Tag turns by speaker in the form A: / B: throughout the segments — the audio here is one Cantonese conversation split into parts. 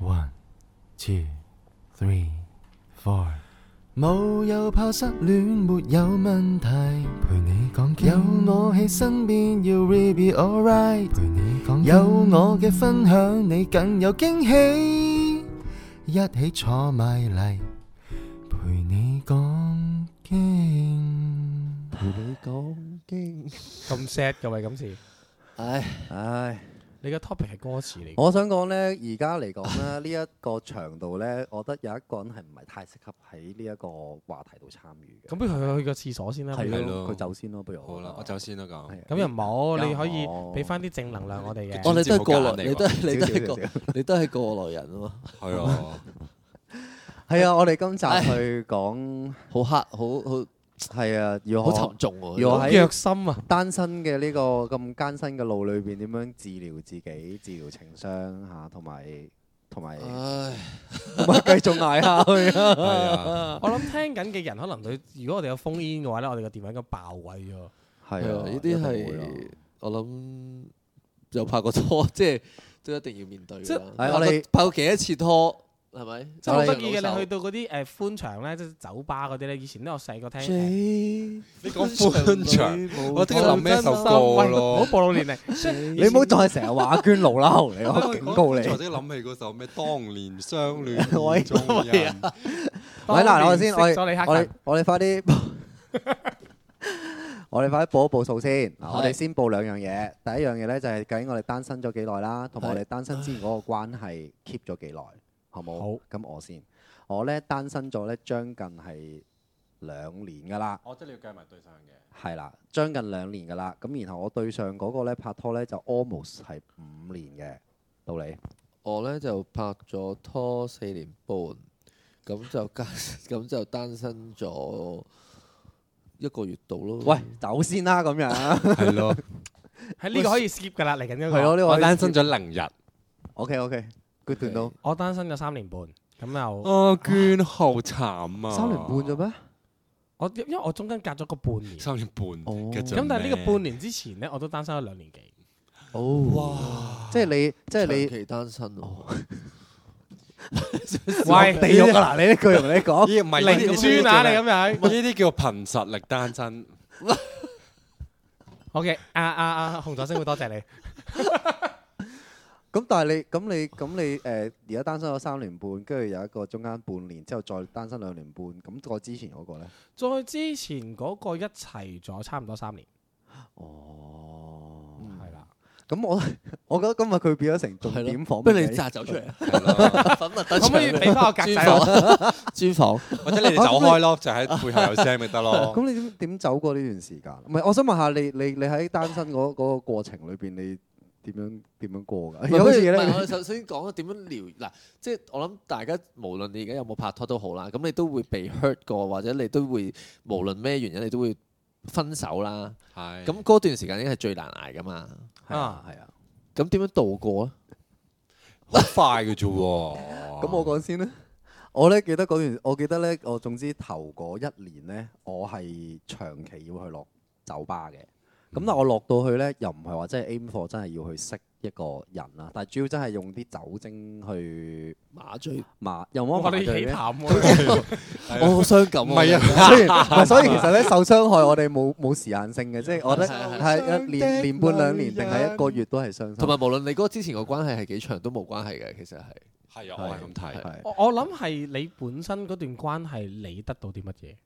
A: One, two, three, four。
B: 冇有怕失戀，沒有問題。
A: 陪你講經，
B: 有我喺身邊，要 really be alright。
A: 陪你講經
B: 有我嘅分享，你更有驚喜。一起坐埋嚟，
A: 陪你講經。
C: 陪你講經。
D: 咁 sad 嘅喂，今次
C: 唉唉，
D: 你嘅 topic 係歌詞嚟嘅，
C: 我想講呢，而家嚟講咧，呢一個長度呢，我覺得有一個人係唔係太適合喺呢一個話題度參與嘅。
D: 咁不如佢去個廁所先
C: 係
D: 啦。
C: 啊
D: 不如
E: 咯
C: 佢走先咯，不如
E: 好
F: 哦
E: 啦，我走先啦咁。
C: 係啊
D: 咁又唔好，你可以
C: 有
D: 俾翻啲正能量我哋嘅。
E: 我哋
F: 你都係過
E: 好
F: 來，
E: 簡單嚟
F: 你都係你都係
C: 少少
F: 過，你都係過來人啊嘛，
E: 係啊，
C: 係啊，我哋今集去講
F: 好黑，好好
C: 係啊，要
F: 好
C: 我
F: 沉重喎。
C: 要我
D: 好
C: 喺
D: 虐心啊！
C: 單身嘅呢個咁艱辛嘅路裏邊，點樣治療自己、治療情傷嚇，同埋同埋
F: 啊唉，
C: 同埋繼續捱下去啊！
E: 係啊，
D: 我諗聽緊嘅人可能佢，如果我哋有封煙嘅話咧，我哋個電話應該爆位咗。
C: 係
F: 係啊，
C: 啊，
F: 呢
C: 一
F: 啲
C: 定會咯
F: 係我諗有拍過拖， 即係都一定要面對㗎啦。啊
D: 即係
C: 係我哋
F: 拍過幾多次拖，係咪？
D: 即係好得意嘅，你去
F: 到
D: 到嗰啲誒寬場咧，即係酒吧嗰啲咧，以前咧我細個聽。
F: 你
E: 講寬
F: 場
E: 我即刻諗咩首歌
D: 唔
E: 咯
D: 好。暴露年齡。
C: 你唔好再成日話阿娟路啦，我 警告你。
E: 我即刻諗起嗰首咩《當年相 戀中人》，
C: 喂，嗱，我先，我
D: 當年識咗
C: 哋
D: 你
C: 我哋我
D: 黑
C: 哋快 啲，我哋快啲報一報數先。嗱，我哋先報兩樣嘢。第一樣嘢咧就係究竟我哋單身咗幾耐啦，同埋我哋單身之前嗰個關係 keep 咗幾耐，好冇？
D: 好
C: 咁我先，我咧單身咗咧將近係兩年噶啦。
E: 哦我即係你要計埋對象嘅。
C: 係啦，將近兩年㗎啦。咁然後我對上嗰個咧拍拖咧就 almost 係五年嘅道理。
F: 我咧就拍咗拖四年半，咁就單 咁就單身咗一個月度咯。
C: 喂，走先啦咁樣。
E: 係咯，
D: 喺呢個可以 skip 㗎啦，嚟緊呢 個。
C: 係咯，呢個
E: 我單身。咗零日。
C: OK OK。good to know。
D: 我單身咗三年半，咁又
E: 阿娟好慘啊！
C: 三年半啫？咩？
D: 我因為我中間隔咗個半年，咁
E: 三年半嘅啫
D: 但係呢個半年之前咧，我都單身咗兩年幾。
C: 哦。哇！即係你，即係
F: 長
C: 你
F: 期單身喎。
D: 喂，
C: 地獄啊！ 嗱，你呢句同 你講。
E: 咦唔係
D: 零磚啊！你
E: 呢
D: 咁樣。
E: 啲叫憑實力單身。
D: OK，啊啊啊，紅咗星會多謝你。
C: 咁但係你，咁你，咁你誒而家單身咗三年半，跟住有一個中間半年之後再單身兩年半，咁我之前嗰個咧？
D: 再之前嗰個一齊咗差唔多三年，
C: 哦。
D: 係啦。
C: 咁我 我覺得今日佢變咗成重
F: 係
C: 點訪
F: 咯，
C: 問。
F: 不如你摘走出嚟，
E: 係咯
F: 粉墨
D: 可唔可以俾翻我格仔啊我？
F: 專 專訪？
E: 或者你哋走開咯，就喺背後有聲咪得咯。
C: 咁你點點走過呢段時間？唔係，我想問下你，你你喺單身嗰嗰個過程裏邊，你點樣點樣過㗎？有好似
F: 唔係
C: 咧，
F: 我哋首先講點樣療嗱，即係我諗大家無論你而家有冇拍拖都好啦，咁你都會被 hurt 過，或者你都會無論咩原因，你都會分手啦。
E: 係
F: 咁嗰段時間已經係最難捱噶嘛。
C: 係啊係啊。
F: 咁點樣度過啊？
E: 好快嘅啫喎。
A: 哦
C: 咁我講先啦。我咧記得嗰段，我記得咧，我總之頭嗰一年咧，我係長期要去落酒吧嘅。咁但我落到去咧，又唔係話真係 aim for 真係要去識一個人啦，但係主要真係用啲酒精去
F: 麻醉，
C: 麻，又冇
D: 我
C: 乜麻
D: 哋起啊
C: 醉嘅哦
D: 淡 喎，
F: 我好傷感
E: 唔係啊
C: 雖然唔係所以其實咧受傷害我哋冇冇時限性嘅，即係我覺得
F: 係係
C: 係一年年半兩年定係一個月都係傷心。
F: 同埋無論你嗰個之前個關係係幾長都冇關係嘅，其實哦係
E: 係啊，我係咁睇。
C: 係
D: 我我諗係你本身嗰段關係，你得到啲乜嘢，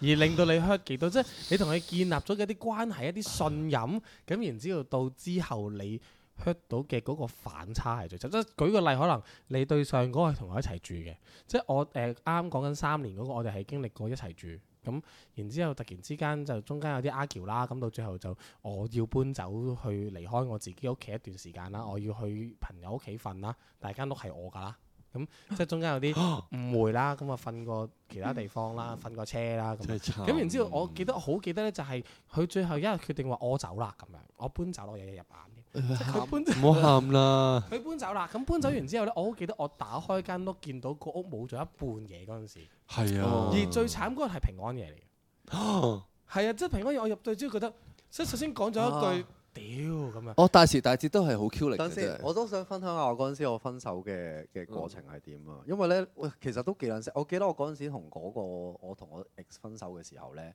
D: 而令到你 hurt 幾多？即係你同佢建立咗一啲關係、一啲信任，咁然之後到之後你 hurt 到嘅嗰個反差係最深。即係舉個例，可能你對上嗰個係同我一齊住嘅，即係我誒啱講緊三年嗰個，我哋係經歷過一齊住。咁然之後，突然之間就中間有啲拗撬啦，咁到最後就我要搬走去離開我自己屋企一段時間啦，我要去朋友屋企瞓啦，但係間屋係我㗎啦，咁即係中間有啲誤會啦，咁啊瞓過其他地方啦，瞓過車啦，咁
E: 真係慘
D: 咁然之後，我記得好記得咧，就係佢最後一日決定話我走啦咁樣，我搬走啦，我日日入眼嘅，即係佢搬走
E: 唔好喊啦。
D: 佢搬走啦，咁搬走完之後咧，我好記得我打開間屋見到個屋冇咗一半嘢嗰陣時。
E: 係
F: 哦
D: 而最慘嗰個係平安夜嚟嘅。係啊，即係平安夜，我入到之後覺得，即係首先講咗一句屌咁啊！
F: 我哦大時大節都係好 Q 力嘅
C: 等
F: 真
C: 先，
F: 係。嗯
C: 我都想分享下我嗰陣時我分手嘅嘅過程係點啊！因為咧，喂，其實都幾撚識。我記得我嗰陣時同嗰、個我同我 ex 分手嘅時候咧，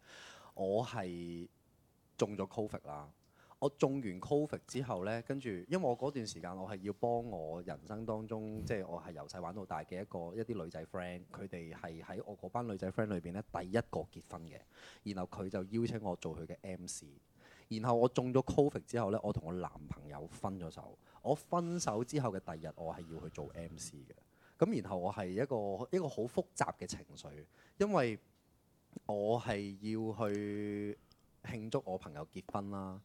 C: 我係中咗 covid 啦。我中完 covid 之後咧，跟住因為我嗰段時間我係要幫我人生當
F: 嗯
C: 中，即係我係由細玩到大嘅一個一啲女仔 friend，佢哋係喺我嗰班女仔 friend 裏邊咧第一個結婚嘅，然後佢就邀請我做佢嘅 MC。然後我中咗 Covid 之後呢，我同我男朋友分咗手。我分手之後嘅第二日，我係要去做 MC 嘅。咁然後我係一個一個好複雜嘅情緒，因為我係要去慶祝我朋友結婚啦，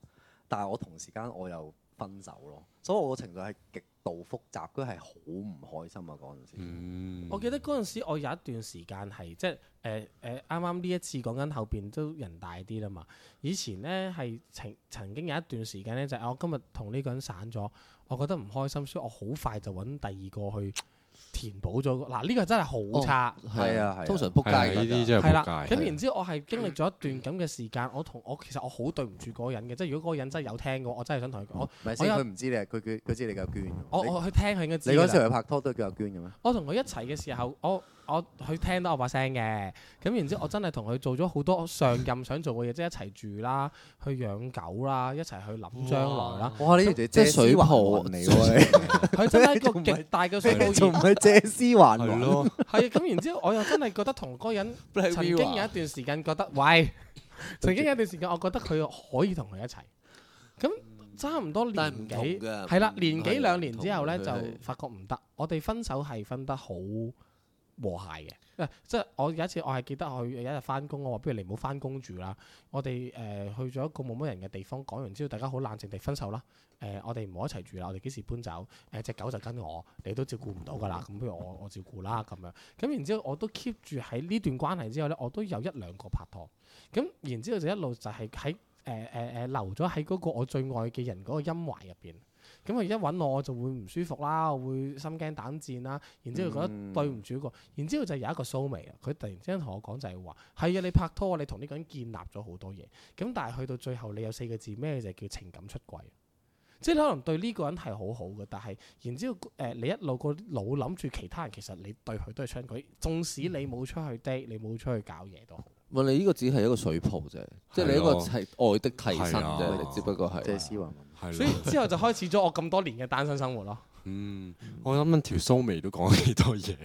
C: 但係我同時間我又分手咯，所以我個情緒係極度複雜，佢係好唔開心啊嗰陣時。
E: 嗯，
D: 我記得嗰陣時，我有一段時間係即係誒誒，啱啱呢一次講緊後邊都人大啲啦嘛。以前呢係曾曾經有一段時間呢，就係、啊我今日同呢個人散咗，我覺得唔開心，所以我好快就揾第二個去填補咗個。嗱、呢、個真係好差。
C: 係啊係啊
F: 通常撲
E: 係啊
F: 街㗎
E: 呢啲真係
D: 係啦，
E: 仆街。
D: 咁然之後我係經歷咗一段咁嘅時間，我同我其實我好對唔住嗰個人嘅，即係如果嗰個人真係有聽嘅話，我真係想同佢
E: 嗯
D: 講，
C: 咪先
D: 我
C: 佢
D: 有
C: 唔知你係佢佢佢知你叫阿娟嘅。
D: 我
C: 你
D: 我去聽佢應該知
C: 你嗰
D: 㗎
C: 時
D: 啦
C: 候去拍拖都叫阿娟嘅咩？
D: 啊我同佢一齊嘅時候，我我佢聽到我把聲嘅，咁然之後我真係同佢做咗好多我上任想做嘅嘢，即係一齊住啦，去養狗啦，一齊去諗將來啦。
C: 哇！呢條姐
F: 即
C: 姐
F: 係水
C: 絲
F: 泡
C: 環嚟喎，你
D: 佢真係一個極大嘅數
C: 你
D: 目
C: 仲 唔係借絲還
E: 係
C: 環？
E: 咯，
D: 係啊，咁然之後我又真係覺得同嗰個人
F: Black
D: 曾經
F: Mirror
D: 有一段時間覺得，喂，曾經有一段時間我覺得佢可以同佢一齊，咁差唔多
F: 但係
E: 啊
F: 唔
D: 年
F: 同
D: 幾
F: 㗎
D: 係啦，
F: 唔
D: 年幾
F: 係
D: 兩
F: 唔
D: 年
F: 同
D: 之後咧
F: 佢
D: 就
F: 係
D: 發覺唔得，我哋分手係分得好和諧嘅。誒即係我有一次，我係記得我有一日翻工，我話不如你唔好翻工住啦，我哋誒、呃去咗一個冇乜人嘅地方，講完之後大家好冷靜地分手啦。誒、我哋唔好一齊住啦，我哋幾時搬走？誒、只狗就跟我，你都照顧唔到噶啦，咁不如我我照顧啦咁樣。咁然之後我都 keep 住喺呢段關係之後咧，我都有一兩個拍拖。咁然之後就一路就係喺誒誒誒留咗喺嗰個我最愛嘅人嗰個陰懷入邊。咁佢一揾我，我就會唔舒服啦，我會心驚膽戰啦。然之後覺得
C: 嗯
D: 對唔住嗰個，然之後就有一個蘇眉啦。佢突然之間同我講就係話：係啊，你拍拖，你同呢個人建立咗好多嘢。咁但係去到最後，你有四個字咩就係叫情感出軌。啊即係你可能對呢個人係好好嘅，但係然之後誒、呃你一路個腦諗住其他人，其實你對佢都係出軌，縱使
E: 嗯
D: 你冇出去 date，你冇出去搞嘢都好。
F: 唔係你呢個只係一個水泡啫，即係你一個係愛的替身
E: 係
F: 啫，
E: 啊
F: 你只不過
C: 借
F: 係。
C: 絲還環。
E: 係
D: 所以
E: 咯，
D: 之後就開始咗我咁多年嘅單身生活咯。
E: 嗯，我諗緊條蘇眉都講幾多 嘢，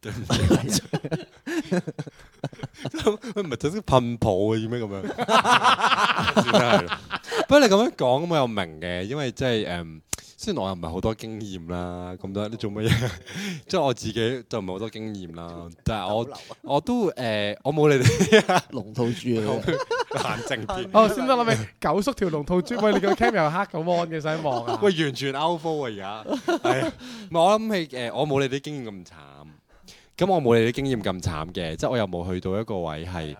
E: 對唔住。喂，唔係頭先噴泡啊？要咩咁樣？算啦係啦不過你咁樣講咁我又明嘅，因為即係誒，雖然我又唔係好多經驗啦，咁多你做乜 嘢？即係我自己就唔係好多經驗啦，但 係我我都誒，我冇你哋
F: 龍套豬啊！
E: 冷靜啲。
D: 哦，先得諗起九叔條龍套珠，喂你個 cam 又黑個 mon 嘅，使望 啊！
E: 喂，完全 out f o 啊！而家係啊，唔係我諗起誒，我冇你哋經驗咁慘，咁我冇你哋經驗咁慘嘅，即係我又冇去到一個位係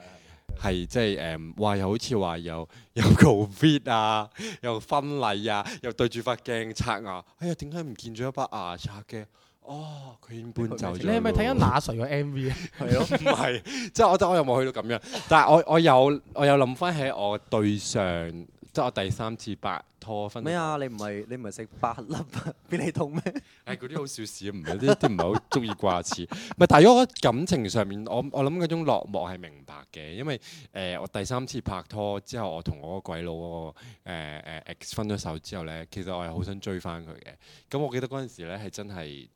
E: 係即係誒，哇！又好似話 又又 covid 啊，又婚禮啊，又對住塊鏡刷牙，哎呀，點解唔見咗一把牙刷嘅？哦，佢已經搬走咗。
D: 你係咪睇緊？那誰個 MV 啊？
E: 係咯，唔係，即係我覺得我又冇去到咁樣，但係我我有我有諗翻起我對上，即係我第三次拍拖分手
C: 咩啊？你唔係你唔係食八粒 俾你痛咩？
E: 誒嗰啲好小事，唔係啲啲唔係好中意掛齒。 唔係，但係如果感情上面，我我諗嗰種落寞係明白嘅，因為誒、呃我第三次拍拖之後，我同我個鬼佬嗰、個誒誒 ex 分咗手之後咧，其實我係好想追翻佢嘅。咁我記得嗰陣時咧係真係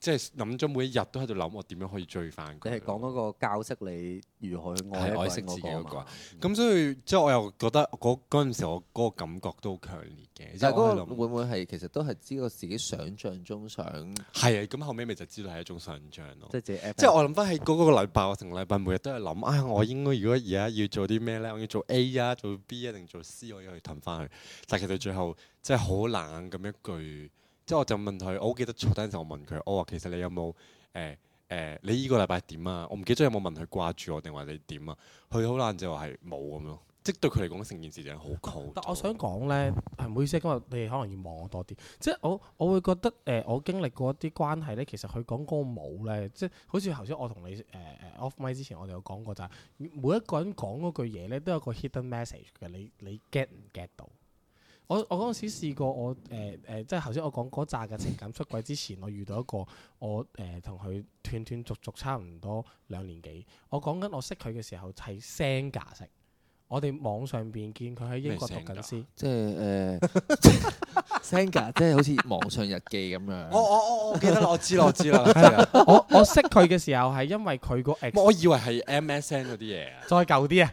E: 即係諗咗每一日都喺度諗我點樣可以追翻佢。
C: 你係講嗰個教識你如何去愛一
E: 係
C: 個
E: 愛
C: 人
E: 惜自己
C: 嗰個
E: 嗰個
C: 嘛
E: 啊。咁所以即係我又覺得嗰嗰陣時我嗰個感覺都好強烈嘅。即
F: 但
E: 係啊
F: 係嗰個
E: 我喺度諗
F: 會唔會係其實都係知道自己想像中想
E: 係啊，咁後尾咪就知道係一種想像咯
C: 即。係自己 app。
E: 即係我諗翻起嗰個禮拜，我成個禮拜每日都係諗啊，我應該如果而家要做啲咩咧？我要做 A 啊，做 B 啊，定做 C？我要去騰翻去。但係其實最後即係好冷咁一句，即係我就問佢，我好記得坐低嗰陣時，我問佢，我話其實你有冇誒誒？你呢個禮拜點啊？我唔記得咗有冇問佢掛住我定話你點啊？佢好冷就話係冇咁咯。即係對佢嚟講，成件事就係好 cold。
D: 但我 想講咧，係唔好意思，今日你可能要望我多啲，即係我我會覺得誒、呃我經歷過一啲關係咧，其實佢講嗰個冇咧，即係好似頭先我同你誒誒、呃 off mic 之前，我哋有講過就係、每一個人講嗰句嘢咧，都有個 hidden message 嘅，你你 get 唔 get 到？我我嗰陣時試過我誒誒、呃即係頭先我講嗰扎嘅情感出軌之前，我遇到一個我誒同佢斷斷續續差唔多兩年幾。我講緊我識佢嘅時候係 Senga 識，我哋網上邊見佢喺英國讀緊書，
F: 即 係誒，Senga 即係好似網上日記咁樣。
C: 哦
E: 哦我我我我記得啦，我知啦，我知啦，我知啦
D: 我我識佢嘅時候係因為佢個 ex
E: 啊我以為係 MSN 嗰啲嘢 啊。
D: 再舊啲啊，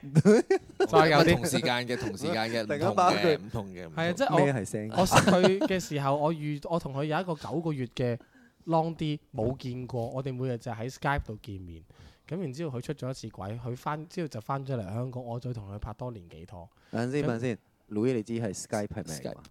D: 再舊啲
F: 同時間嘅，同時間嘅，唔
C: 突然間
F: 同
C: 爆一
F: 嘅，
C: 句
F: 唔同嘅，唔同
D: 係啊，
F: 嘅
D: 即係我
C: 咩係聲？
D: 我識佢嘅時候，我遇我同佢有一個九個月嘅 long 啲冇見過，我哋每日就喺 Skype 度見面。咁然之後佢出咗一次軌，佢翻之後就翻咗嚟香港，我再同佢拍多年幾拖。
C: 等陣先，等陣先。Louis，你知係 Skype 係咩嚟㗎嘛？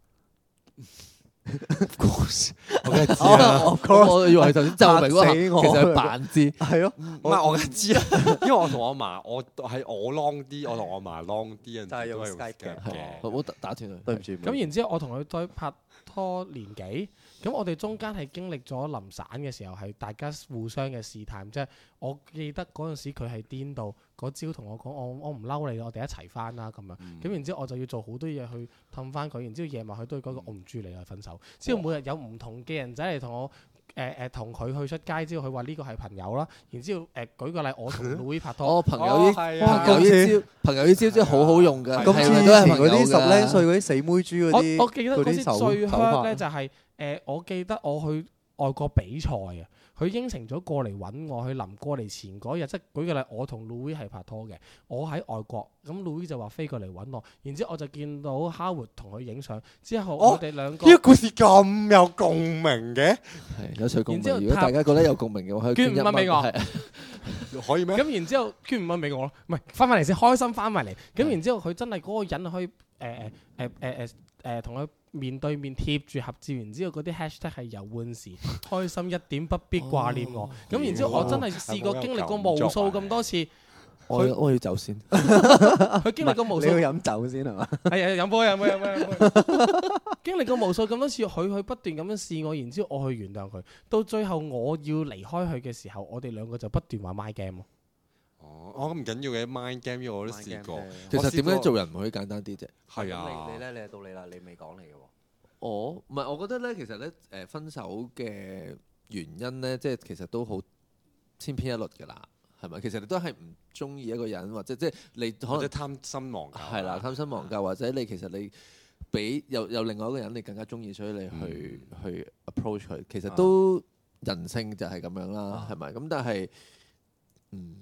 E: 我梗係知啦，
F: 啊我我以為頭先皺眉嗰
C: 哦嚇死
F: 下，
C: 我
F: 其實係扮 知。
C: 係咯，
E: 唔係我梗係知啊啦， 因為我同我嫲，我係我 long 啲，我同我嫲 long 啲
C: 就
E: 啊，
C: 係用
E: 都係
C: Skype
E: 用 Skype
C: 嘅
E: 嘅。哦
F: 我哦打打斷
C: 對
F: 佢
C: 唔。住。
D: 咁然之後我同佢再拍拖年幾，咁我哋中間係經歷咗臨散嘅時候係大家互相嘅試探，即係我記得嗰陣時佢係癲到嗰朝同我講我我唔嬲你啦，我哋一齊翻啦咁樣。咁然之後我就要做好多嘢去氹翻佢，然之後夜晚佢都會講句我唔住你啊分手。之後每日有唔同嘅人仔嚟同我。誒誒同佢去出街之後，佢話呢個係朋友啦。然之後誒、舉個例，我同 Louis 拍拖，
F: 我朋友呢
E: 哦係啊
F: 朋友
C: 公
F: 呢招，朋友呢招真係好好用㗎。
E: 係
C: 咁
E: 啊
C: 似
F: 係咪
C: 以
F: 都係
C: 前
F: 朋友
C: 嗰啲
F: 㗎
C: 十零歲嗰啲死妹豬嗰啲，
D: 我我記得嗰
C: 嗰啲
D: 次
C: 手
D: 最
C: 手法
D: hurt 咧就係、呃我記得我去外國比賽啊，佢應承咗過嚟揾我，佢臨過嚟前嗰日，即係舉個例，我同 Louis 係拍拖嘅，我喺外國，咁 Louis 就話飛過嚟揾我，然之後我就見到 Howard 同佢影相，之後
E: 哦
D: 我哋兩個
E: 呢個故事咁有共鳴嘅，
F: 係有趣共
D: 然之
F: 鳴。
D: 後
F: 如果大家覺得有共鳴嘅話，可以
D: 捐
F: 捐一
D: 五蚊俾我
F: 係
E: 可以咩？
D: 咁然之後捐五蚊俾我咯，唔係翻返嚟先，開心翻埋嚟。咁然之後佢真係嗰個人可以誒誒誒誒誒誒同佢面對面貼住合照，然之後嗰啲 hashtag 係遊玩時開心一點不必掛念我。咁然之後我真係試過經歷過無數咁多次，
F: 我要我要走先。
D: 佢經歷過無數，
C: 你
D: 係
C: 要飲酒先係嘛？
D: 啊飲杯飲杯飲杯飲杯，經歷過無數咁多次，佢佢不斷咁樣試我，然之後我去原諒佢。到最後我要離開佢嘅時候，我哋兩個就不斷玩 my game 咯。
E: 哦，我唔緊要嘅，mind game 啊呢個我都試過。
F: 其實點
E: 我試
F: 樣
E: 過
F: 做人唔可以簡單啲啫？
E: 係啊，
C: 咧，你係到你啦，你未講嚟嘅喎。
F: 我唔係，我覺得咧，其實咧，誒、分手嘅原因咧，即係其實都好千篇一律㗎啦，係咪？其實你都係唔中意一個人，或者即係你可
E: 或者
F: 能
E: 貪心啊忘舊。
F: 係啦，貪心忘舊，或者你其實你俾有有另外一個人你更加中意，所以你去、
E: 嗯
F: 去 approach 佢，其實都
E: 啊
F: 人性就係咁樣啦，係咪？咁但係嗯。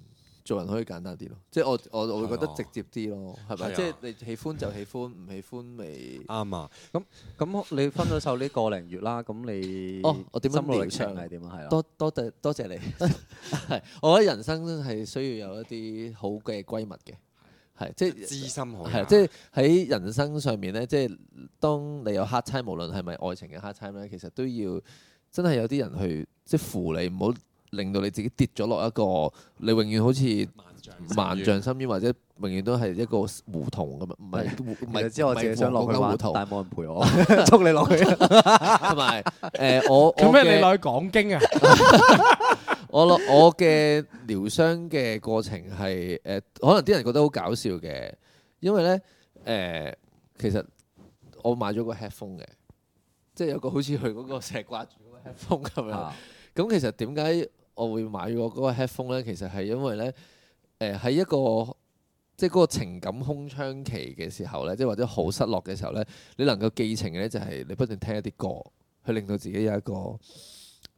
F: 做人可以簡單啲咯，即係我我我會覺得
E: 係啊
F: 直接啲咯，係
E: 係
F: 咪？
E: 啊
F: 即係你喜歡就喜歡，唔喜歡咪
E: 啱啊！
C: 咁你分咗手呢個零月啦，咁你
F: 哦我點樣
C: 心路歷
F: 療
C: 程
F: 傷
C: 係點啊？係啦，
F: 多多謝多謝你，係我覺得人生係需要有一啲好嘅閨蜜嘅，係即
E: 知
F: 係啊
E: 心好友。
F: 係即係喺人生上面咧，即係當你有黑差，無論係咪愛情嘅黑差咧，其實都要真係有啲人去即係扶你，唔好令到你自己跌咗落一個你永遠好似
E: 萬丈
F: 萬丈深淵，或者永遠都係一個胡同咁啊，唔係唔
C: 唔
F: 係
C: 係知 我自己想落去
F: 唔係
C: 玩，
F: 胡同，
C: 但係冇人陪我，捉你落去。
F: 同埋誒 我
D: 做
F: 我
D: 咩你
F: 嘅
D: 落去講經啊？
F: 我落我嘅療傷嘅過程係誒、呃可能啲人覺得好搞笑嘅，因為咧誒、呃其實我買咗個 headphone 嘅，即係有個好似佢嗰個成日掛住嗰個 headphone 咁樣。咁、其實點解我會買咗嗰個 headphone 咧？其實係因為咧誒喺一個即係嗰個情感空窗期嘅時候咧，即係或者好失落嘅時候咧，你能夠寄情嘅咧就係你不斷聽一啲歌，去令到自己有一個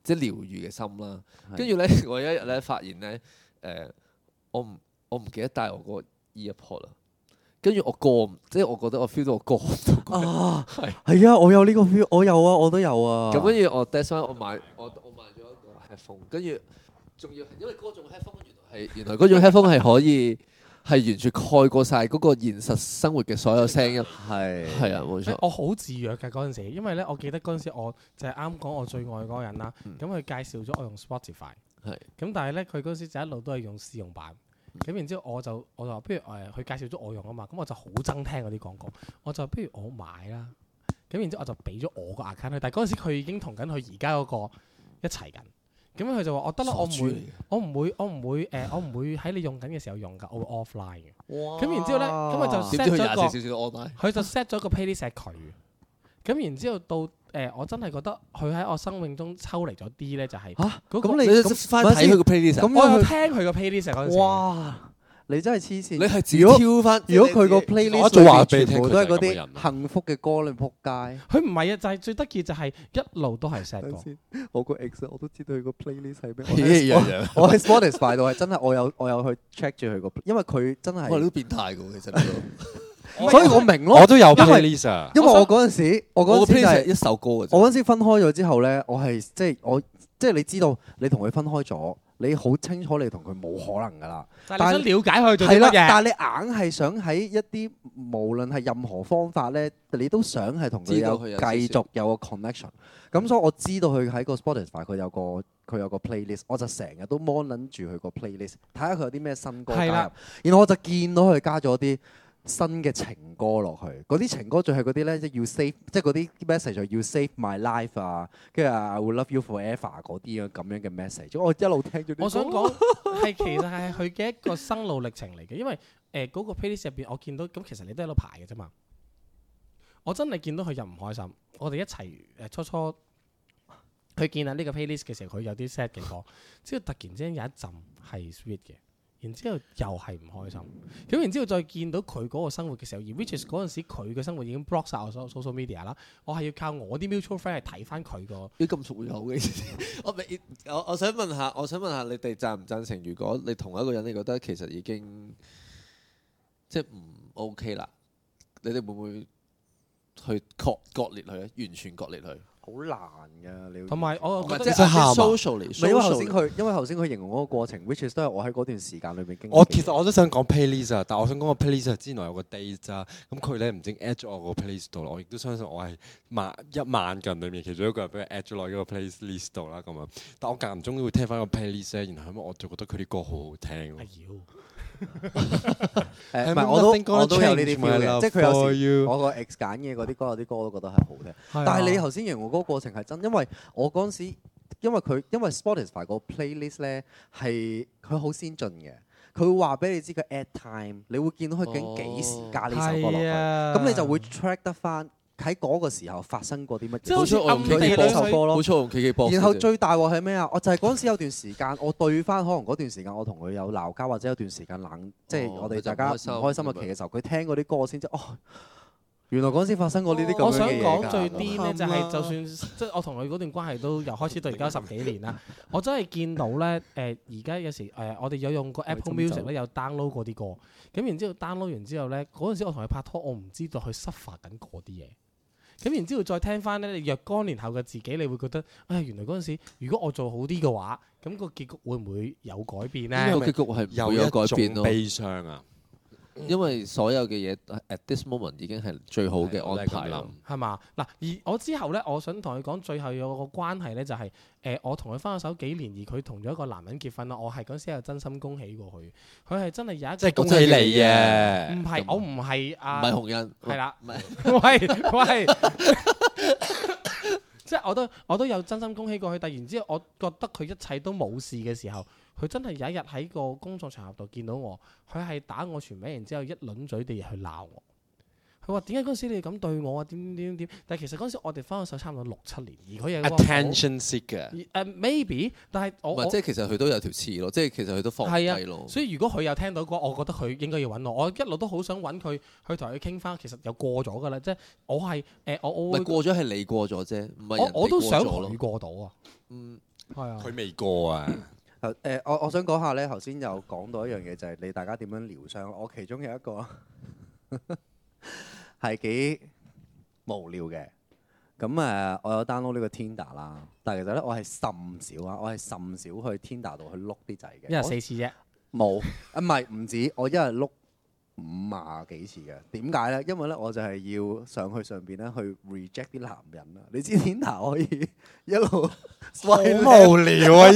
F: 即係療愈嘅心啦。
C: 係
F: 跟住咧， 我有一日咧發現咧，誒、我唔我唔記得帶我個 earpod 啦。跟住我過唔，即係我覺得我 feel 到我過唔到嗰日
C: 啊，
F: 係
C: 係啊，我有呢個 feel，我有啊，我都有啊。
F: 咁跟住我 that's why 我買我我買咗一個 headphone，跟住仲要係因為嗰種 headphone 原來係原來嗰種 headphone 係可以 係完全蓋過晒嗰個現實生活嘅所有聲音。
C: 係
F: 係啊，冇錯。
D: 我好自虐㗎嗰陣時，因為咧，我記得嗰陣時我就係啱講我最愛嗰個人啦。咁佢、介紹咗我用 Spotify，
F: 嗯係
D: 咁但係咧，佢嗰時就一路都係用試用版。咁然之後我就我就話不如誒，佢、介紹咗我用啊嘛，咁我就好憎聽嗰啲廣告，我就話不如我買啦。咁然之後我就俾咗我個 account 佢，但係嗰陣時佢已經同緊佢而家嗰個一齊緊。咁佢就話：我哦得啦，我唔
F: 傻豬
D: 會
F: 嚟嘅，
D: 我唔會，我唔會誒、我唔會喺你用緊嘅時候用㗎，我會 offline 嘅。咁然之後咧，咁我就
F: 點知
D: set 咗
F: 佢廿
D: 一個
F: 四小時都 online？
C: 啊
D: 佢就 set 咗個 playlist 係佢嘅，咁然之後到誒、呃我真係覺得佢喺我生命中抽離咗啲咧，就係、
C: 嚇
D: 嗰個
C: 咁
F: 你
C: 你咁
F: 翻睇佢個 playlist，啊
C: 咁
D: 我有
C: 樣
D: 聽佢個 playlist 啊嗰陣時
C: 去，哇！你真係黐線
F: 你。係自己
C: 如果
F: 挑翻。
C: 如果佢個
E: 我一
C: playlist
E: 早
C: 裏
E: 話
C: 面
E: 俾你
C: 全部
E: 聽
C: 都係嗰
E: 佢就係咁嘅人
C: 啲幸福嘅歌，你仆街。
D: 佢唔係啊，就係、最得意就係一路都係錫
C: 等
D: 我。
C: 先，我個 ex 啊我都知道佢個 playlist 係咩。我
F: 一
C: 喺
F: 樣樣，
C: 我喺 Spotify 度係真係我有我有去 check 住佢個，因為佢真
F: 哇！你
C: 係，
F: 都變態嘅喎，其實呢個。
C: 所以我明咯
E: 我。都有
C: 因為
E: playlist 啊，
C: 因為我嗰陣時，我嗰陣
F: 我個
C: 時就
F: playlist 係
C: 係
F: 一首歌嘅啫。
C: 我嗰陣時分開咗之後咧，我係即係我即係你知道你同佢分開咗，你好清楚你同佢冇可能㗎啦。
D: 但係你想了解佢做
C: 係
D: 啲
C: 啦
D: 乜，嘢？
C: 但係你硬係想喺一啲無論係任何方法咧，你都想係同佢
F: 知道
C: 有
F: 佢有
C: 繼
F: 少
C: 續有個 connection。咁
D: 嗯
C: 所以我知道佢喺個 Spotify 佢有個佢有個 playlist，我就成日都 mon 撚住佢個 playlist，睇下佢有啲咩新歌加
D: 係啦
C: 入。然後我就見到佢加咗啲新嘅情歌落去，嗰啲情歌仲係嗰啲咧，即係要 save，即係嗰啲 message 就要 save my life 啊，跟住啊 I will love you forever 嗰啲啊咁樣嘅 message。我一路聽咗啲歌，
D: 我想講係其實係佢嘅一個生路歷程嚟嘅，因為誒嗰個 playlist 入邊我見到咁，其實你都喺度排嘅啫嘛。我真係見到佢又唔開心，我哋一齊誒初初佢見啊呢個 playlist 嘅時候，佢有啲 sad 嘅歌，之後突然之間有一陣係 sweet 嘅，然之後又係唔開心。咁然之後再見到佢嗰個生活嘅時候，而 which is 嗰陣時佢嘅生活已經 block 晒我所有 social media 啦，我係要靠我啲 mutual friend 係睇翻佢個。
F: 你咁熟口嘅， 我未我我想問下，我想問下你哋贊唔贊成？如果你同一個人，你覺得其實已經即係唔 OK 啦，你哋會唔會去割割裂佢咧？啊完全割裂佢，
C: 好難㗎，你要
D: 同埋我又覺
F: 或
D: 得
F: 者
E: 想喊啊
F: social 嚟
C: 唔係因為頭先
F: ，social
C: 佢，因為頭先佢形容嗰個過程，which is 都係我喺嗰段時間裏面經歷嘅。
E: 我其實我都想講 playlist 啊，但我想講個 playlist 之內有個 days 咋，咁佢咧唔知 add 咗我個 playlist 度啦，我亦都相信我係萬一萬個人裏面其中一個人俾佢 add 咗落呢個 playlist 度啦咁樣。但我間唔中都會聽翻個 playlist 咧，然後咁我就覺得佢啲歌好好聽
D: 哎
E: 喎。
D: 呦
C: 誒唔係我都我都有呢啲
E: feel
C: feel 嘅，即係佢有時
E: 時
C: 我個 ex 揀嘅嗰啲歌，有啲歌我都覺得係好聽。
D: 啊
C: 但係你啊頭先形容嗰個過程係真，因為我嗰陣時，因為佢因為 Spotify 個 playlist 咧係佢好先進嘅，佢會話俾你知佢 at time，你會見到佢究竟幾時加呢首歌落去，咁、
D: 哦啊
C: 你就會 track 得翻喺嗰個時候發生過啲乜嘢。
D: 即係好似
F: 好彩我用
D: 暗
F: 佢
D: 地
F: 哋
D: 裏
C: 播首
D: 水
C: 歌咯
F: 好。彩我用 KK 波。
C: 然後最大鑊係咩啊？我就係嗰陣時有段時間，我對翻可能嗰段時間我同佢有鬧交，或者有段時間冷，即係
F: 哦
C: 我哋
F: 佢就
C: 大家唔
F: 唔開心
C: 開心嘅期啊嘅時候，佢聽嗰啲歌我先知哦，原來嗰陣時發生過呢啲
D: 我
C: 咁樣
D: 想
C: 嘅嘢㗎
D: 講最癲咧，就係
F: 喊啦
D: 就算即係我同佢嗰段關係都由開始到而家十幾年啦，我真係見到咧誒而家有時誒、我哋有用過 Apple
C: 喂斟
D: Music
C: 酒
D: 咧有 download 嗰啲歌，咁然之後 download 完之後咧，嗰陣時我同佢拍拖，我唔知道佢 suffer 緊嗰啲嘢。咁然之後再聽翻咧，你若干年後嘅自己，你會覺得，唉、原來嗰陣時，如果我做好啲嘅話，咁、個結局會唔會有改變
F: 呢
D: 咧？
F: 個結局係
E: 有
F: 唔會
E: 一
F: 有改變
E: 種
F: 咯，
E: 悲傷啊，
F: 因為所有嘅嘢 at this moment 已經係最好嘅
E: 係我都
F: 安
E: 係咁
F: 排啦。
D: 係嘛？嗱，而我之後咧，我想同佢講，最後有個關係咧，就係、誒、我同佢分咗手幾年，而佢同咗一個男人結婚啦。我係嗰陣時有真心恭喜過佢，佢係真係有一個
E: 即係恭喜你嘅
D: 唔。係，我唔係
F: 唔
D: 啊，
F: 係紅人，
D: 係啦，
F: 唔係
D: 喂喂，即係我都我都有真心恭喜過佢，但然之後我覺得佢一切都冇事嘅時候，佢真係有一日喺個工作場合度見到我，佢係打我全名，然之後一輪嘴地去鬧我。佢話點解嗰陣時你咁對我啊？點點點點？但係其實嗰陣時我哋分咗手差唔多六七年，而佢又有個
E: attention seeker，
C: 啊
D: 而誒 maybe，但係我
F: 唔
D: 我
F: 係即係其實佢都有條刺咯，即係其實佢都放
D: 係啊
F: 低咯。
D: 所以如果佢有聽到嘅話，我覺得佢應該要揾我。我一路都好想揾佢，去同佢傾翻。其實又過咗㗎啦，即係我係誒、我我
F: 咪
D: 會
F: 過咗係你過咗啫，唔係
D: 我
F: 人哋
D: 我都
F: 過
D: 想
F: 咗咯
D: 佢過到啊，
F: 嗯，
D: 係啊，
E: 佢未過啊，
C: 頭誒、我我想講下咧，頭先有講到一樣嘢，就係、你大家點樣療傷。我其中有一個係幾無聊嘅。咁誒、我有 download 呢個 Tinder 啦，但係其實咧，我係甚少啊，我係甚少去 Tinder 度去碌啲仔嘅。
D: 一日四次啫。
C: 冇，啊唔係唔止，我一日碌五啊幾次嘅。點解咧？因為咧，我就係要上去上邊咧去 reject 啲男人啊。 你知 Tinder 可以一 路 swipe
E: 好無聊啊！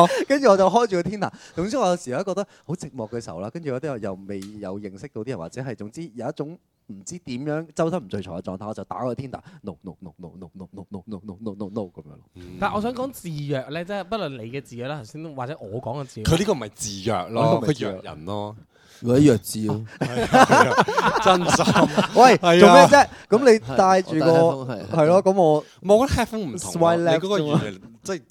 E: 呢 個
C: 跟住我就開住個 Tinder。總之我有時咧覺得好寂寞嘅時候啦，跟住有啲又未有認識到啲人，或者係總之有一種唔知點樣周身唔聚財嘅狀態，我就打個 Tinder，no no no no no no no no no no no no 咁樣咯。
D: 但我想講自虐咧，即係不論你嘅自虐啦，頭先或者我講嘅自虐，
E: 佢呢個唔係自虐
C: 我呢
E: 咯，
C: 個咪
E: 佢
C: 自虐
E: 虐人咯，
F: 或者弱智啊咯，
E: 真心。
C: 喂，做
E: 係
C: 咩
E: 啊
C: 啫？咁你帶住個
F: 係
C: 係咯，，咁我
E: 我覺得 headphone 唔同
C: Swipe
E: 啊，你
C: left
E: 嗰個
C: 啫嘛
E: 原嚟即係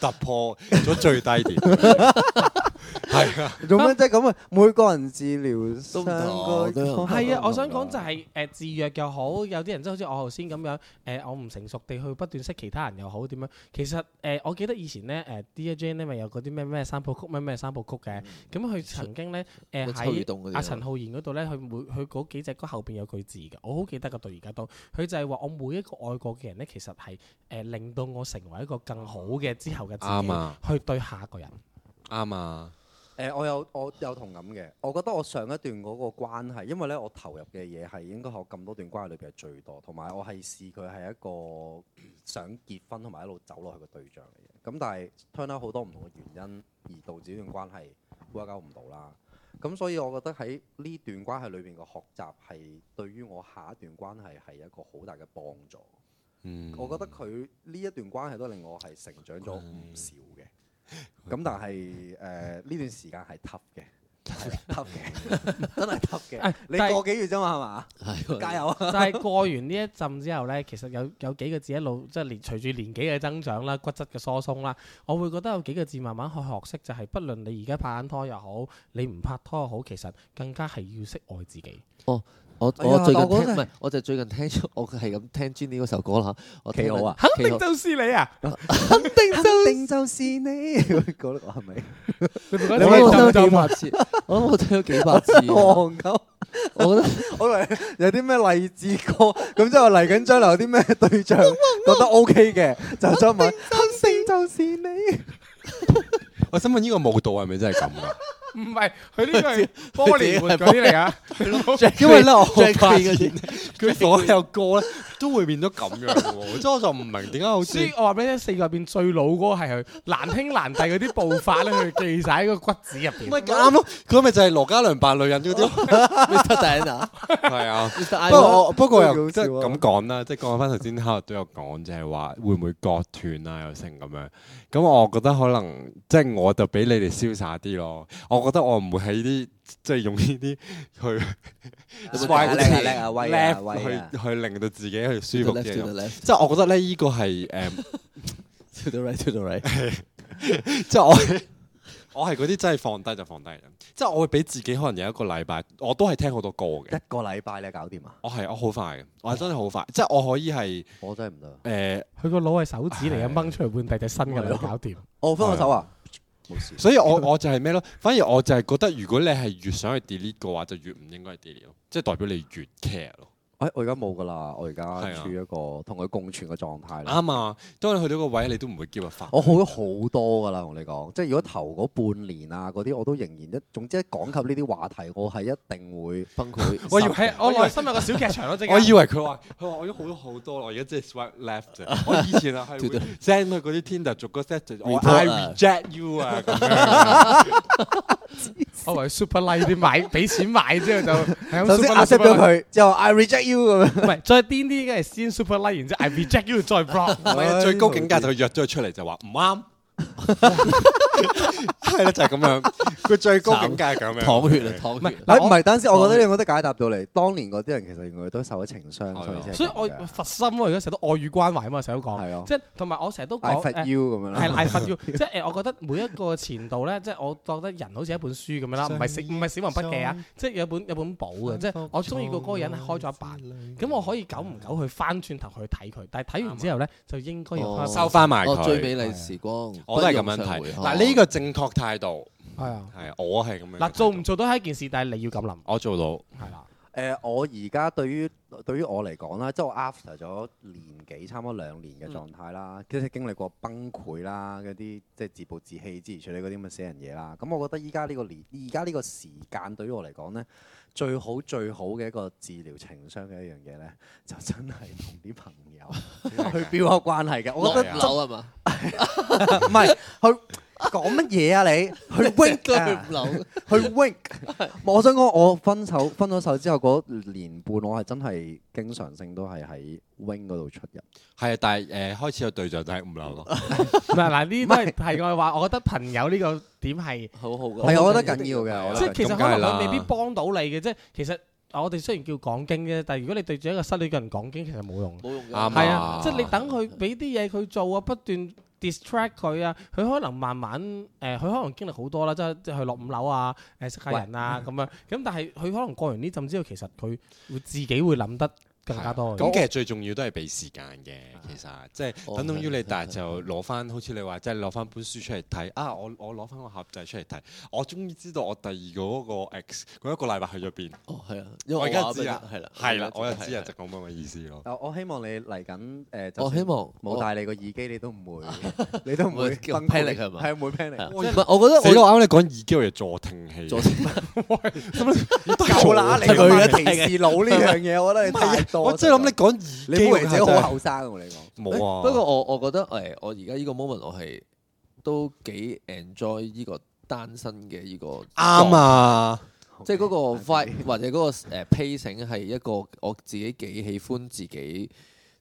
E: 突破咗最低點，係啊，
C: 做咩啫？咁啊，每個人治療
F: 都
C: 三
F: 唔同
C: 個
F: 都唔同
D: 係啊，我想講就係誒自虐又好，有啲人即係好似我頭先咁樣誒，我唔成熟地去不斷識其他人又好點樣。其實誒，我記得以前咧誒 D J J 咧咪有嗰啲咩咩三部曲咩咩三部曲
F: 嗯
D: 嘅，咁佢曾經咧誒
F: 抽
D: 喺
F: 魚。洞嗰啲啊
D: 阿陳浩然嗰度咧，佢每佢嗰幾隻歌後邊有句字嘅，我好記得噶，到而家都。佢就係話我每一個愛過嘅人咧，其實係誒、呃令到我成為一個更好嘅之後嘅自己，
E: 啱啊，
D: 去對下一個人。
E: 啱啊，
C: 誒、我有我有同感嘅，我覺得我上一段嗰個關係，因為咧我投入嘅嘢係應該係我咁多段關係裏邊係最多，同埋我係視佢係一個想結婚同埋一路走落去嘅對象嚟嘅。咁但係 turn out 好多唔同嘅原因而導致呢段關係 work out 唔到啦。咁所以我覺得喺呢段關係裏邊嘅學習係對於我下一段關係係一個好大嘅幫助。
E: 嗯，
C: 我覺得佢呢一段關係都令我係成長咗唔少嘅。咁但係誒呢段時間係 tough 嘅。tough 嘅， 真係 tough 嘅
D: 哎。
C: 你
D: 但係
C: 個幾月啫嘛，係嘛？加油啊！
D: 就係過完呢一陣之後呢，其實有有幾個字一路即係連隨住年紀嘅增長啦、骨質嘅疏鬆啦，我會覺得有幾個字慢慢去學識，就係、不論你而家拍緊拖又好，你唔拍拖又好，其實更加係要識愛自己。
F: 我
C: 哎呀
F: 我最近
C: 但我覺
F: 聽
C: 得
F: 唔係，我就最近聽咗， 我係咁聽 Jenny 嗰首歌啦。我聽
C: 企好啊
F: 緊，企好
D: 就是你啊！
C: 肯定就定就是你，嗰個係咪？
D: 你
F: 我
D: 覺
C: 你
D: 得
C: 咪
F: 諗
C: 當
F: 我聽咗幾百次，我諗我聽咗幾 百
E: 哦
F: 次。啊
C: 戇鳩，
F: 我覺得
C: 我以為哦有啲咩勵志歌，咁之後嚟緊將來有啲咩對象覺得 OK 嘅，就想問肯定就是你。
E: 我想問呢個舞蹈係咪真係咁噶？
D: 唔係佢呢個係波連活嗰啲嚟啊！
E: 因為咧，我
F: Jack
E: 發
F: Queen 嗰
E: 現
F: 啲
E: 佢所有歌咧都會變咗咁樣嘅喎，即係我就唔明點解好
D: 所
E: 似
D: 以我話俾你聽，四個入邊最老嗰個係佢，難兄難弟嗰啲步法咧，佢記晒喺個骨子入邊。
E: 咪啱咯，佢咪就係羅嘉良扮女人嗰啲咯，
F: Mr. Diana、
E: 係啊。
F: Mr.
E: 不過
F: Ivan，
E: 我不過
C: 都
E: 又
C: 幾
E: 即
C: 好
E: 係
C: 笑啊
E: 咁講啦，即係講翻頭先，黑日都有講，就係話會唔會割斷啊，又成咁樣。咁我覺得可能即係我就比你哋瀟灑啲咯。我覺得我唔會喺啲即係用呢啲去
C: 啊叻啊叻啊威啊
E: left
C: 威啊！
E: 去去令到自己去
F: to the
E: 舒服
F: left,
E: 啲
F: to。the left,
E: 即係我覺得咧，呢個係 誒，
F: to the right, to the right。
E: 即係我係我係嗰啲真係放低就放低嘅人。即係我會俾自己可能有一個禮拜，我都係聽好多歌嘅
C: 一。個禮拜你搞掂啊？
E: 我係我好快嘅，我係真係好快。即係我可以係
C: 我真係唔得。啊
E: 誒。
D: 佢個腦係手指嚟嘅，掹出嚟換第隻新嘅嚟搞掂。
C: 我分我手啊！冇事。
E: 所以我我就係咩咯？反而我就係覺得，如果你係越想去 delete 嘅話，就越唔應該係 delete 咯，即係代表你越 care 咯。
C: 哎，我而家冇噶啦，我而家
E: 係啊
C: 處於一個同佢共存嘅狀態啦。
E: 啱啊！當你去到個位，你都唔會 give a fuck。
C: 我好咗好多噶啦，同你講，即係如果頭嗰半年啊嗰啲，我都仍然一，總之一講及呢啲話題，我係一定會崩 潰。
E: 我以為
D: 係我內心有個小劇場咯，即刻
E: 我以為佢話佢話我已經好咗好多啦，我而家即係 swipe left 啫。我以前啊係會 send 去嗰啲 Tinder 逐個 set 就我 I
F: Report 啊
E: reject you 啊咁樣。
D: 我以為 super like 啲買，俾錢買之後就係咁
C: 首先
D: super like，
C: accept
D: super
C: 咗
D: like，
C: 佢，之後 I reject you 咁樣。
D: 唔係再癲啲嘅係先 super like，然之後 I reject you 再 block。
E: 唔係啊最高境界就約咗佢出嚟就話唔 啱。係啦，就係咁樣。佢最高境界係 咁樣。
F: 淌血啊，淌血！
C: 哎唔係，等陣先，我覺得你我都解答到你。當年嗰啲人其實原來都受咗情傷，
E: 係啊
C: 所以先係咁嘅。
D: 所以我佛心咯，而家成日都愛與關懷啊嘛，成日都
C: 係
D: 講，
C: 咯
D: 即係同埋我成日都
C: I
D: 講
C: fuck
D: 誒
C: you 咁樣
D: 係
C: 啦。
D: 啦，I fuck you，即係誒，我覺得每一個前度咧，即係我覺得人好似一本書咁樣啦，唔係死唔係死亡筆記啊，即係有本有本簿啊嘅，即係我中意過嗰個人係開咗一版，咁我可以久唔久去翻轉頭去睇佢，但係睇完之後咧就應該要開
F: 哦
E: 收翻埋
F: 哦，
E: 佢。
F: 最美麗時光，
E: 我都係咁樣睇。嗱，
F: 哦
E: 呢個正確態度
D: 係啊，
E: 係我係咁樣嘅態度。
D: 嗱做唔做到係一件事，但係你要咁諗，
E: 我做到。
D: 係啦，
C: 誒，呃我而家對於對於我嚟講啦，即係我 after 咗年幾，差唔多兩年嘅狀態啦，跟住經歷過崩潰啦，嗰啲即係自暴自棄之餘處理嗰啲咁嘅死人嘢啦。咁我覺得依家呢個年，依家呢個時間對於我嚟講呢，最好最好嘅一個治療情商嘅一樣嘢呢，就真係同啲朋
F: 啊
C: 友去 build up 關係嘅。我覺得真
E: 內
F: 樓係嘛？
C: 唔係去講乜嘢啊你？去 wink 啊，去 wink。我想講，我分手分咗手之後嗰年半，我係真係經常性都係喺 wink 嗰度出入。
E: 係啊，但係誒開始有對象就係唔留咯。
D: 嗱嗱，呢啲都係題外話。我覺得朋友呢個點係，
F: 好好嘅，
C: 係
E: 啊
C: 我覺得緊要嘅，我
D: 即
C: 覺
D: 係
C: 得
D: 其實
E: 咁梗
D: 可
E: 係
D: 能
E: 啦
D: 佢未必幫到你嘅。即係其實我哋雖然叫講經啫，但係如果你對住一個失戀嘅人講經，其實冇用。
F: 冇用嘅，
E: 啱
D: 係啊
E: 啊，
D: 即係你等佢俾啲嘢佢做啊，不斷 distract 佢啊，佢可能慢慢誒，佢可能經歷好多啦，即係即係去落五樓啊，誒識下人啊
E: 嗯
D: 咁樣。咁但係佢可能過完呢陣之後，其實佢會自己會諗得更加多嘅。
E: 啊咁其實最重要都係俾時間嘅，其實即係
F: 哦
E: 等等於
F: 係
E: 你，但係就攞翻好似你話，即係攞翻本書出嚟睇啊！我我攞翻個盒仔出嚟睇，我終於知道我第二個嗰個 X 嗰一個禮拜去咗邊。
F: 哦係啊，因為
E: 我而家
F: 話俾
E: 知
F: 你
E: 啦
F: 聽係啦，
E: 係啦，我又知
F: 係
E: 啊，就咁嘅意思咯。
C: 我我希望你嚟緊誒，就
F: 我哦希
C: 算
F: 望
C: 冇
F: 大
C: 帶你個耳機，你都唔 會，你都唔會
F: 唔會
C: 崩潰
F: panic 係嘛
C: 係啊唔會 panic。
F: 唔係，我覺
E: 死
F: 得我
E: 啦！我啱啱你講耳機，我哋助聽器。 啊
F: 左
C: 夠啦，你佢
F: 係佢
C: 嘅
F: 嘅啊
C: 歧視佬呢樣嘢，我覺得你太多。
E: 我真係諗你講耳機，
C: 你以為自己
E: 我係
C: 好後生啊！我同你講，
E: 真係冇啊。
F: 不過我我覺得誒，我而家呢個 moment 我係都幾 enjoy 呢個單身嘅呢個
E: 啱啊，
F: 即係嗰個
C: OK，
F: vibe 或者嗰個誒 pacing 係一個我自己幾喜歡自己，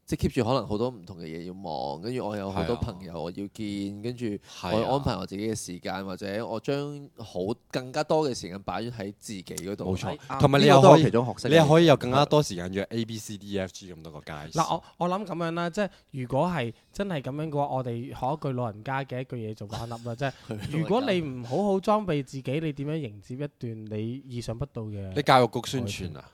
F: 即係 keep 住可能好多唔同嘅嘢要忙，跟住我有好多
E: 係啊
F: 朋友我要見，跟住我
E: 係啊
F: 安排我自己嘅時間，或者我將好更加多嘅時間擺喺自己嗰度。哎
E: 冇錯
C: 啱
E: 同埋你
C: 呢個
E: 又
C: 都係
E: 可以
C: 其中學識嘅
E: 你又可以有更加多時間約 A、B、C、D、E、F、G 咁多個街。
D: 嗱，我我諗咁樣啦，即係如果係真係咁樣嘅話，我哋學一句老人家嘅一句嘢做翻粒啦， 即係如果你唔好好裝備自己，你點樣迎接一段你意想不到
E: 你
D: 嘅？
E: 教育局宣傳啊，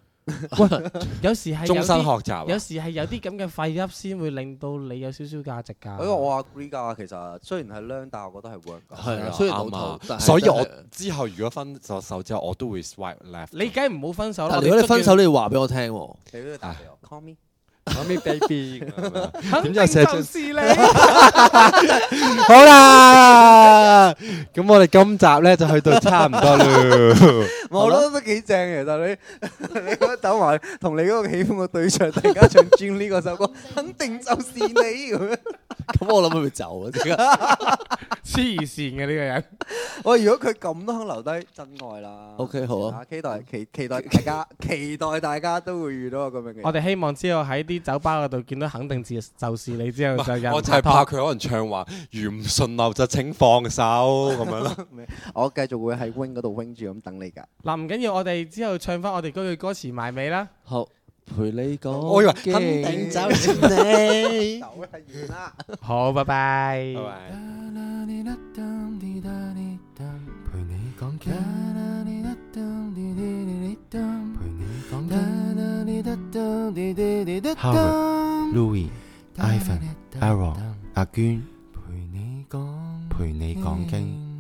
D: 有時係有
E: 終身學
D: 啲，
E: 習
D: 有
E: 啊，
D: 時係有啲咁嘅廢泣先會令到你有少少價值㗎。
C: 不過哎我 agree 㗎，其實雖然係僆，但我覺得係 work 㗎。
F: 係啊，雖
E: 雖
F: 然老
E: 然啱
F: 土
E: 啊，
F: 但係
E: 所以
F: 真係
E: 我之後如果分咗手之後，我都會 swipe left。
D: 你梗係唔好分手啦！
F: 但如果你分手，你要話俾我聽 喎。
C: 你都要打俾我，call me。
E: 媽咪 baby，咁樣
D: 肯
E: 點
D: 定
E: 知寫
D: 就
E: 張
D: 是你。
E: 好啦，咁我哋今集咧就去到差唔多啦。
C: 我覺得都幾正嘅，但係你 你嗰走埋同你嗰個喜歡嘅對象，突然間 唱 June 呢個首歌，肯定就是你咁樣。
F: 咁我諗佢會走啊！即刻
D: 黐線嘅呢個人，
C: 喂，如果佢咁都肯留低，真愛啦。
F: OK，好 啊，
C: 期待期期 待大家，期待大家都會遇到個咁樣嘅人。
D: 我哋希望之後喺啲酒吧嗰度見到肯定自就是你之後 就有
E: 我
D: 人
E: 就
D: 拍
E: 係
D: 拖
E: 怕佢可能唱話，如唔順流就請放手咁樣咯。
C: 我繼續會喺 wing 嗰度 wing 住咁等你㗎。
D: 嗱，唔緊要，我哋之後唱翻我哋嗰句歌詞埋尾啦。
F: 好陪你講。
E: 我以為肯
F: 經
E: 定就是你。
C: 走啦，完啦。
D: 好，拜 拜。
E: 拜拜。
A: 陪你講經，陪你講經。Howard, Louis, Ivan, Aaron，阿娟，陪你講，陪你講經。